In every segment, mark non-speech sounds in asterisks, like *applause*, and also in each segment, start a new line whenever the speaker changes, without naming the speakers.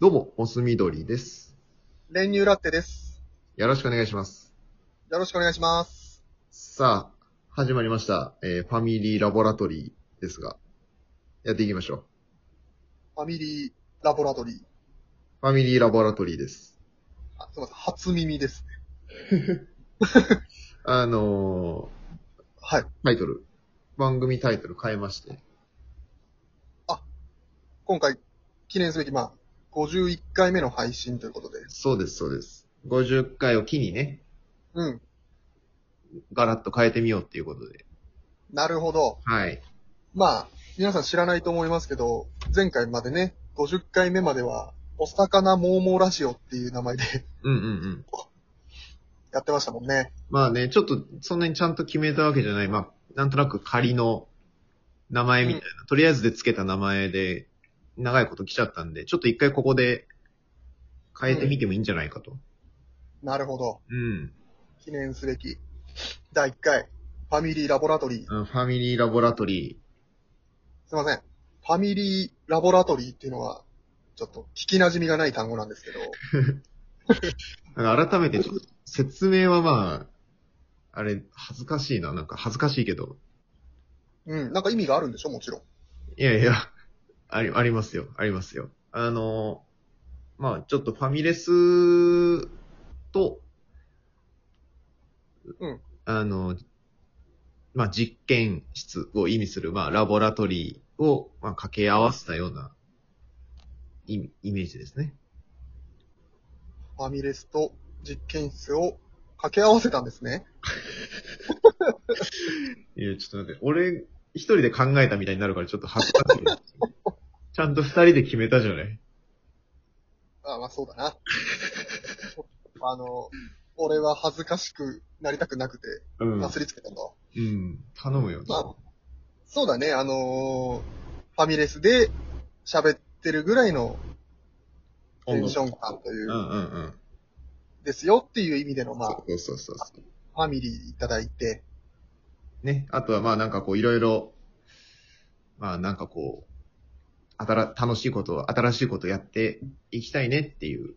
どうも、モスミドリです。
練乳ラッテです。
よろしくお願いします。
よろしくお願いします。
さあ、始まりました。えーファミリーラボラトリーですが、やっていきましょ
ファミリーラボラトリー。
う。ファミリーラボラトリーです。
あ、すみません。初耳ですね。
あの
はい。
ー、タイトル、番組タイトル変えまして、
今回、記念すべき、まあ、51回目の配信ということで。
そうです、そうです。50回を機にね、
うん。
ガラッと変えてみようっていうことで。
なるほど。
はい。
まあ、皆さん知らないと思いますけど、前回までね、50回目までは、おさかなモーモーラジオっていう名前で *laughs*
うんうんうん。
やってましたもんね。
まあね、ちょっと、そんなにちゃんと決めたわけじゃない、まあ、なんとなく仮の名前みたいな、とりあえずでつけた名前で、長いこと来ちゃったんで、ちょっと一回ここで変えてみてもいいんじゃないかと。
なるほど。
うん。
記念すべき、第1回、ファミリーラボラトリー。
あのファミリーラボラトリ
すいません。ファミリーラボラトリーっていうのは、ちょっと聞き馴染みがない単語なんですけど、
ー。なんか改めてちょっと説明はまあ、あれ、恥ずかしいな。なんか恥ずかしいけど。
うん、なんか意味があるんでしょもちろん。
いやいや、あり、ありますよ。ありますよ。あの、まあちょっとファミレスと、
うん
あの、まあ実験室を意味する、まあラボラトリーを、まあ、掛け合わせたようなイイメージですね。
ファミレスと実験室を掛け合わせたんですね。
いや、ちょっと待って、俺一人で考えたみたいになるからちょっと恥ずか *laughs* しい。ちゃんと二人で決めたじゃない。
あまあそうだな。 *laughs* あの、俺は恥ずかしくなりたくなくて、
うん。
なすりつけたと。
うん。頼むよ。
まあ、そうだね、あのーファミレスで喋ってるぐらいのテンション感というう、
んうんうん。
ですよっていう意味での、まあ、
そうそうそうそう。
ファミリーいただいて、
ね、あとはまあなんかこういろいろ、まあなんかこう、あたら、楽しいことを、新しいことをやっていきたいねっていう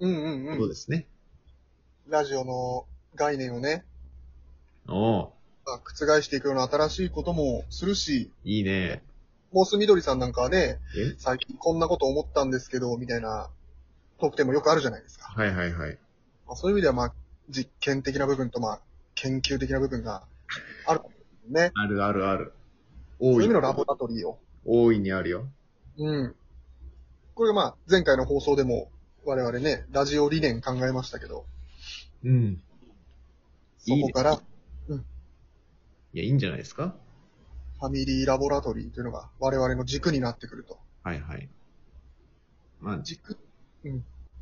うんう
こ
んう
と
ん。
ですね。
ラジオの概念をね、
おう
まあ、覆していくような新しいこともするし、
いいね。
モースみどりさんなんかはね、
え
最近こんなこと思ったんですけど、みたいな特典もよくあるじゃないですか。
はいはいはい。
まあ、そういう意味では、まあ、実験的な部分と、まあ、研究的な部分があるかもしれないね。
あるあるある。
そ
大い
ういう意味
に
の、ラボラトリーを。
大いにあるよ。
うん。これがまあ、前回の放送でも、我々ね、ラジオ理念考えましたけど、
うん。
そこから、
いや、いいんじゃないですか
ファミリーラボラトリーというのが、我々の軸になってくると。
はいはい。まあ、
軸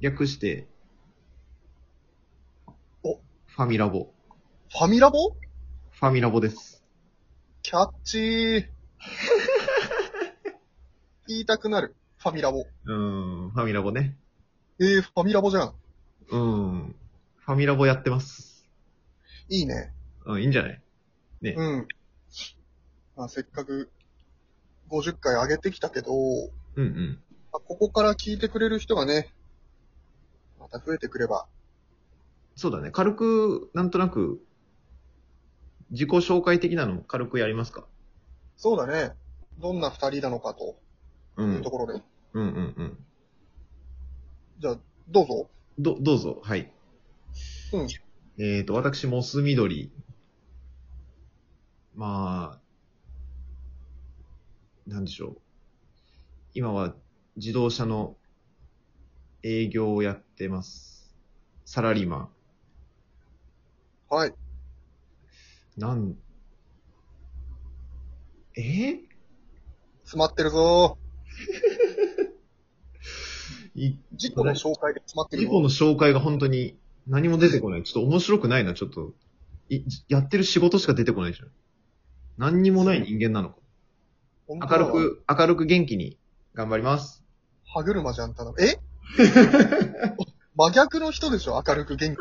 略して、
お
ファミラボ。
ファミラボ
ファミラボです。
キャッチー。 *laughs* 言いたくなる。ファミラボ。
うん、ファミラボね。
えー、ファミラボじゃん。
うん。ファミラボやってます。
いいね。
うん、いいんじゃない
うん。まあ、せっかく50回上げてきたけど、
うんうん。
まあ、ここから聞いてくれる人がね、また増えてくれば。
そうだね。軽く、なんとなく、自己紹介的なの軽くやりますか。
そうだね。どんな二人なのかと
う
いうんと。ころで。
うんうんうん。
じゃあ、どうぞ。
ど、どうぞ。はい。
うん。
えっ、と、私、モス緑。まあ、なんでしょう。今は自動車の営業をやってます。サラリーマン。
はい。
なん、えー
詰まってるぞ
い
ー。事故の紹介で詰まってる
以
よ。
降の紹介が本当に何も出てこない。ちょっと面白くないな、ちょっと。いやってる仕事しか出てこないじゃん。何にもない人間なのか。
本当
明
だ
る。く、明るく元気に頑張ります。
歯車じゃん、ただの。え真逆の人でしょ明るく元気。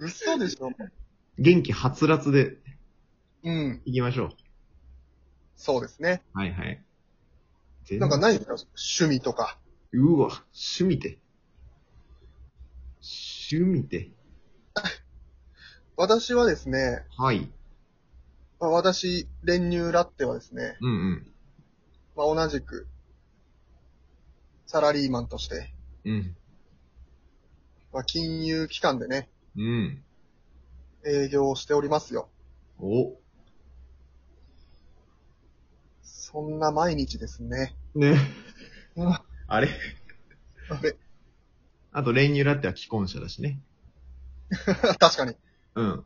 嘘でしょ
元気はつらつで
うん。
行きましょ
そうですね。
う。はいはい。全
なんかないんですか趣味とか。
うわ、趣味て。趣味て。
私はですね、
はい。
まあ、私、練乳ラッテはですね、
うんうん。
まあ、同じく、サラリーマンとして、
うん。
まあ、金融機関でね、
うん。
営業をしておりますよ。
お。
そんな毎日ですね。
ね。
あ
あれ
れ
あと、練乳ラっては既婚者だしね。
確かに。
うん。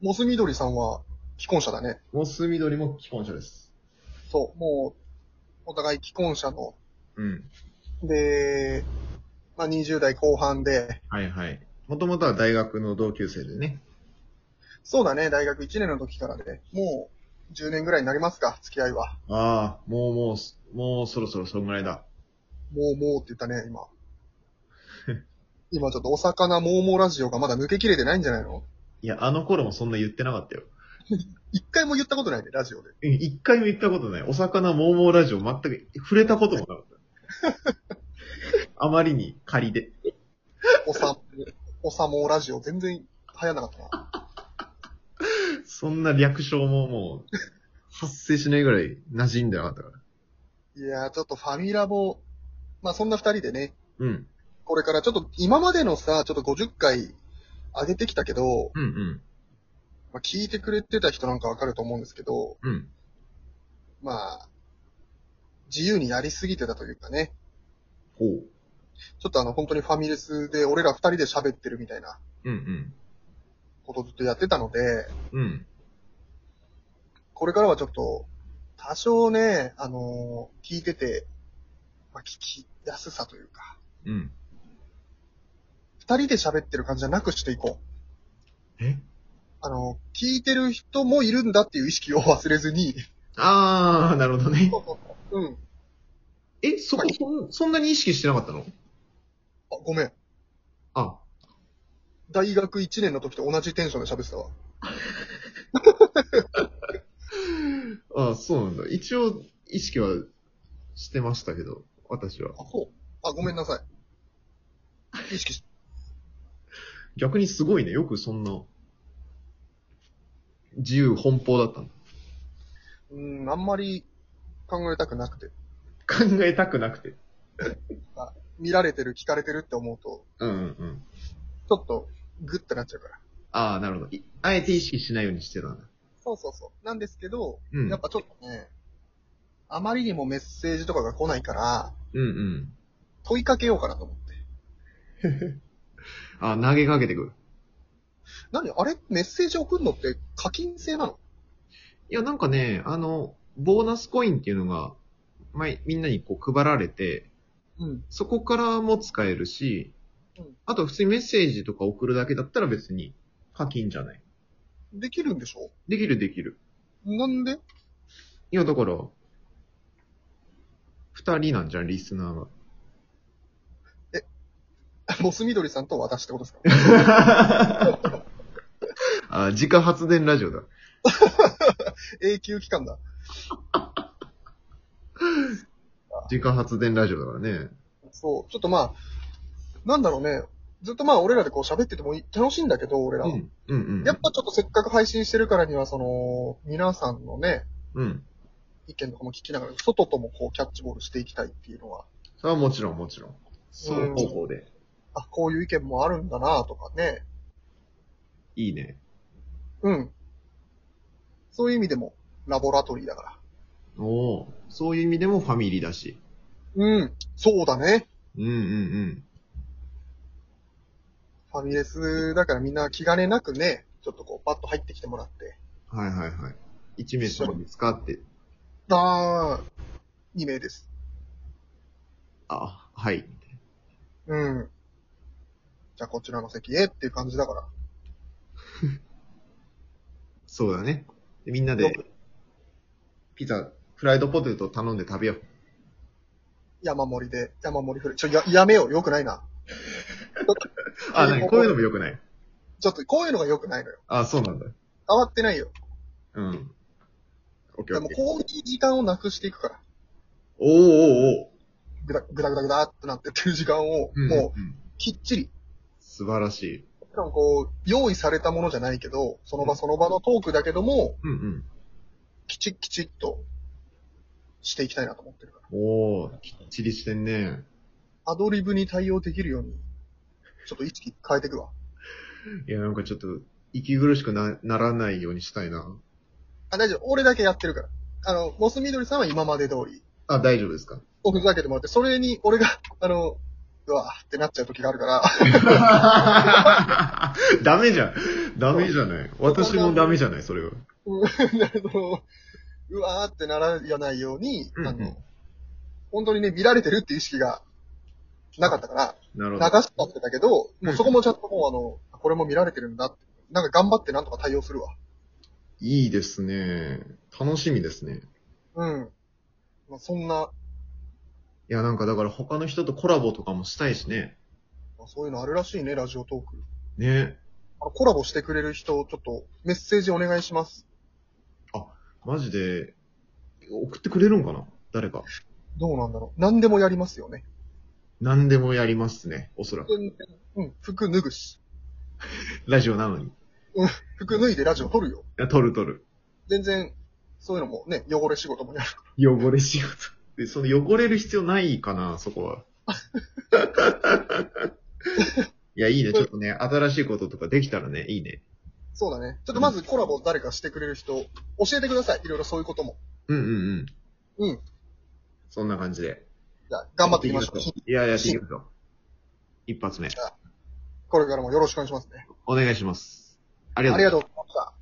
モス緑さんは既婚者だね。
モス緑も既婚者です。
そう、もう、お互い既婚者の、
うん。
で、まあ、20代後半で、
はいはい。もともとは大学の同級生でね。
そうだね、大学1年の時からで、もう10年ぐらいになりますか、付き合いは。
ああ、もうもうす、もうそろそろそんぐらいだ。
もうもうって言ったね、今。今ちょっとお魚もうもうラジオがまだ抜けきれてないんじゃないの
いや、あの頃もそんな言ってなかったよ。
一回も言ったことないね、ラジオで。
うん一回も言ったことない。お魚もうもうラジオ全く触れたこともなかった。あまりに仮で。
おさ、おさもうラジオ全然流行んなかったな。
そんな略称ももう、発生しないぐらい馴染んでなかったから。
いやー、ちょっとファミラボ、まあそんな二人でね、
うん。
これからちょっと今までのさ、ちょっと50回上げてきたけど、
うんうん。
まあ、聞いてくれてた人なんかわかると思うんですけど、
うん。
まあ、自由にやりすぎてたというかね、
ほう。
ちょっとあの本当にファミレスで俺ら二人で喋ってるみたいな
うん
ことずっとやってたので、
うん。うん。
これからはちょっと、多少ね、あのー聞いてて、まあ、聞きやすさというか、
うん。
二人で喋ってる感じじゃなくしていこう。
え
あのー聞いてる人もいるんだっていう意識を忘れずに、
あー、なるほどね。
うん。
え、そこ、そんそんなに意識してなかったの
あ、ごめん。
あ、
大学1年の時と同じテンションで喋ってたわ。
あそうなんだ。一応、意識はしてましたけど、私は。
あ、そう。あ、ごめんなさい。意識し、
逆にすごいね。よくそんな、自由奔放だったの。
うーん、あんまり考えたくなくて。
考えたくなくて。
見られてる、聞かれてるって思うと、
うんうんうん。
ちょっとグッてなっちゃうから。
ああ、なるほど。いあえて意識しないようにしてたんだ。
そうそうそう。なんですけど、
うん。
やっぱちょっとね、あまりにもメッセージとかが来ないから、
うんうん。
問いかけようかなと思って。
あ投げかけてくる。
何あれメッセージ送るのって課金制なの
いや、なんかね、あの、ボーナスコインっていうのが、前、みんなにこう配られて、
うん。
そこからも使えるし
うん、
あと普通にメッセージとか送るだけだったら別に課金じゃない。
できるんでしょ
できるできる。
なんで *laughs*
いや、だから、二人なんじゃん、リスナーが。
モス緑さんと私ってことですか
*laughs* あ、自家発電ラジオだ。
永久期間だ。
自家発電ラジオだからね。
そう。ちょっとまあ、なんだろうね。ずっとまあ俺らでこう喋っててもい楽しいんだけど、俺ら
う
は。
ん。うんうん。
やっぱちょっとせっかく配信してるからには、その、皆さんのね、
うん。
意見とかも聞きながら、外ともこうキャッチボールしていきたいっていうのは、
それはもちろんもちろん。そう方法で。
あ、こういう意見もあるんだなとかね。
いいね。
うん。そういう意味でも、ラボラトリーだから。
おお。そういう意味でもファミリーだし。
うん。そうだね。
うんうんうん。
ファミレスだからみんな気兼ねなくね、ちょっとこう、パッと入ってきてもらって。
はいはいはい。一名様ですかって。
あー、2名です。
あ、はい。
うん。じゃあこちらの席へっていう感じだから。
そうだね。でみんなで、ピザ、フライドポテト頼んで食べよう。
山盛りで、山盛りフル。ちょ、や、やめよう。よくないな。
*laughs* あ、なにこういうのも良くない。
ちょっと、こういうのがよくないのよ。
あ、そうなんだ。
変わってないよ。
うん。オッケー
で
オッ
も、
ケー。
こういう時間をなくしていくから。
おーおーお
ぐだ、ぐだぐだぐだってなってってる時間を、
ー
もう、
んん
きっちり、
素晴らしい。
しかもこう、用意されたものじゃないけど、その場その場のトークだけども、
うんうん。
きちっきちっと、していきたいなと思ってるから。
おー、きっちりしてんね。
アドリブに対応できるように、ちょっと意識変えていくわ。
いや、なんかちょっと、息苦しくなならないようにしたいな。
あ、大丈夫。俺だけやってるから。あの、モスミドリさんは今まで通り、
あ、大丈夫 *laughs* ですか
おふざけてもらって、それに俺が、 *laughs* あの、うわーってなっちゃう時があるから、 *laughs*
ダメじゃん。ダメじゃない。私もダメじゃない、それは。
*laughs* そのうわーってならないように、
うんうん
あの、本当にね、見られてるっていう意識がなかったから、
なる
流
ほ
し
ど。
ちゃってたけど、
うん
もうそこもちゃんともうあの、これも見られてるんだって。なんか頑張ってなんとか対応するわ。
いいですね。楽しみですね。
うん。まあ、そんな、
いや、なんかだから他の人とコラボとかもしたいしね。
まあそういうのあるらしいね、ラジオトーク。
ね。
あのコラボしてくれる人、ちょっとメッセージお願いします。
マジで、送ってくれるんかな誰か。
どうなんだろう。何でもやりますよね。
何でもやりますね、おそらく。
うん、服脱ぐし。
ラジオなのに。い
服脱いでラジオ撮るよ。
や、撮る撮る。
全然、そういうのもね、汚れ仕事もやる。
汚れ仕事。で、その汚れる必要ないかな、そこ
*laughs*
は。いや、いいね。ちょっとね、新しいこととかできたらね、いいね。
そうだね。ちょっとまずコラボ誰かしてくれる人、教えてください。いろいろそういうことも。
うんうんうん。
うん。
そんな感じで。
じゃあ、頑張っていきましょう。
いや、やっていきましょう。一発目。
これからもよろしくお願いしますね。
お願いします。ありが
あ
とうございます
りが。とうございました。